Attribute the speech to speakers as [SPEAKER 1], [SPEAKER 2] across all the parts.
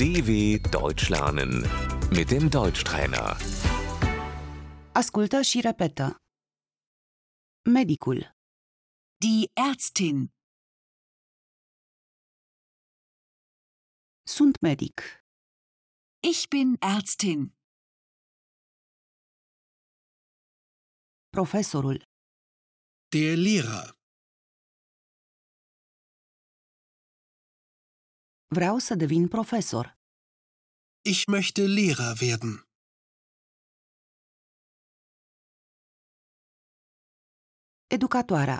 [SPEAKER 1] DW Deutsch lernen mit dem Deutschtrainer.
[SPEAKER 2] Ascultă și repetă. Medicul,
[SPEAKER 3] Die Ärztin.
[SPEAKER 2] sunt medic,
[SPEAKER 3] Ich bin Ärztin.
[SPEAKER 2] profesorul,
[SPEAKER 4] Der Lehrer.
[SPEAKER 2] vreau să devin profesor,
[SPEAKER 4] Ich möchte Lehrer werden.
[SPEAKER 2] educatoarea,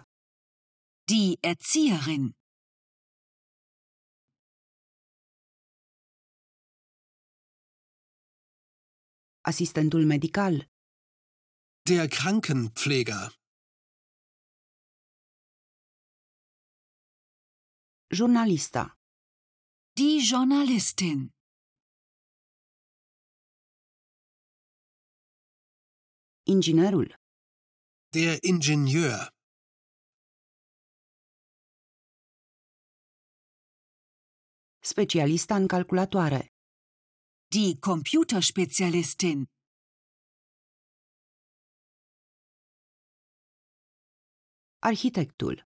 [SPEAKER 3] Die Erzieherin.
[SPEAKER 2] asistentul medical,
[SPEAKER 4] Der Krankenpfleger.
[SPEAKER 2] jurnalista,
[SPEAKER 3] Die Journalistin.
[SPEAKER 2] inginerul,
[SPEAKER 4] Der Ingenieur.
[SPEAKER 2] specialista în calculatoare,
[SPEAKER 3] Die Computerspezialistin.
[SPEAKER 2] arhitectul,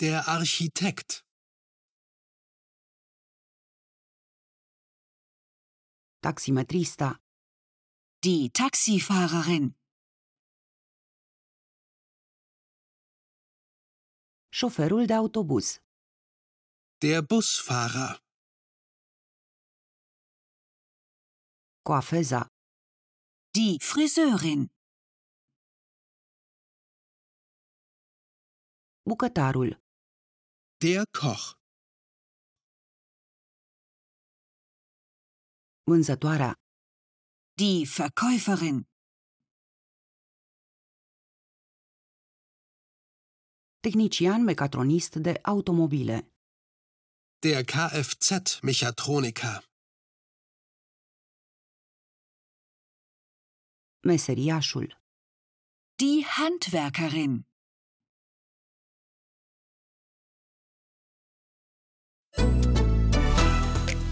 [SPEAKER 4] Der Architekt.
[SPEAKER 2] taximetrista,
[SPEAKER 3] Die Taxifahrerin.
[SPEAKER 2] șoferul de autobuz,
[SPEAKER 4] Der Busfahrer.
[SPEAKER 2] coafeza,
[SPEAKER 3] Die Friseurin.
[SPEAKER 2] bucătarul,
[SPEAKER 4] Der Koch.
[SPEAKER 2] vânzătoarea,
[SPEAKER 3] Die Verkäuferin.
[SPEAKER 2] tehnician mecatronist de automobile,
[SPEAKER 4] Der Kfz-Mechatroniker.
[SPEAKER 2] meseriașul,
[SPEAKER 3] Die Handwerkerin.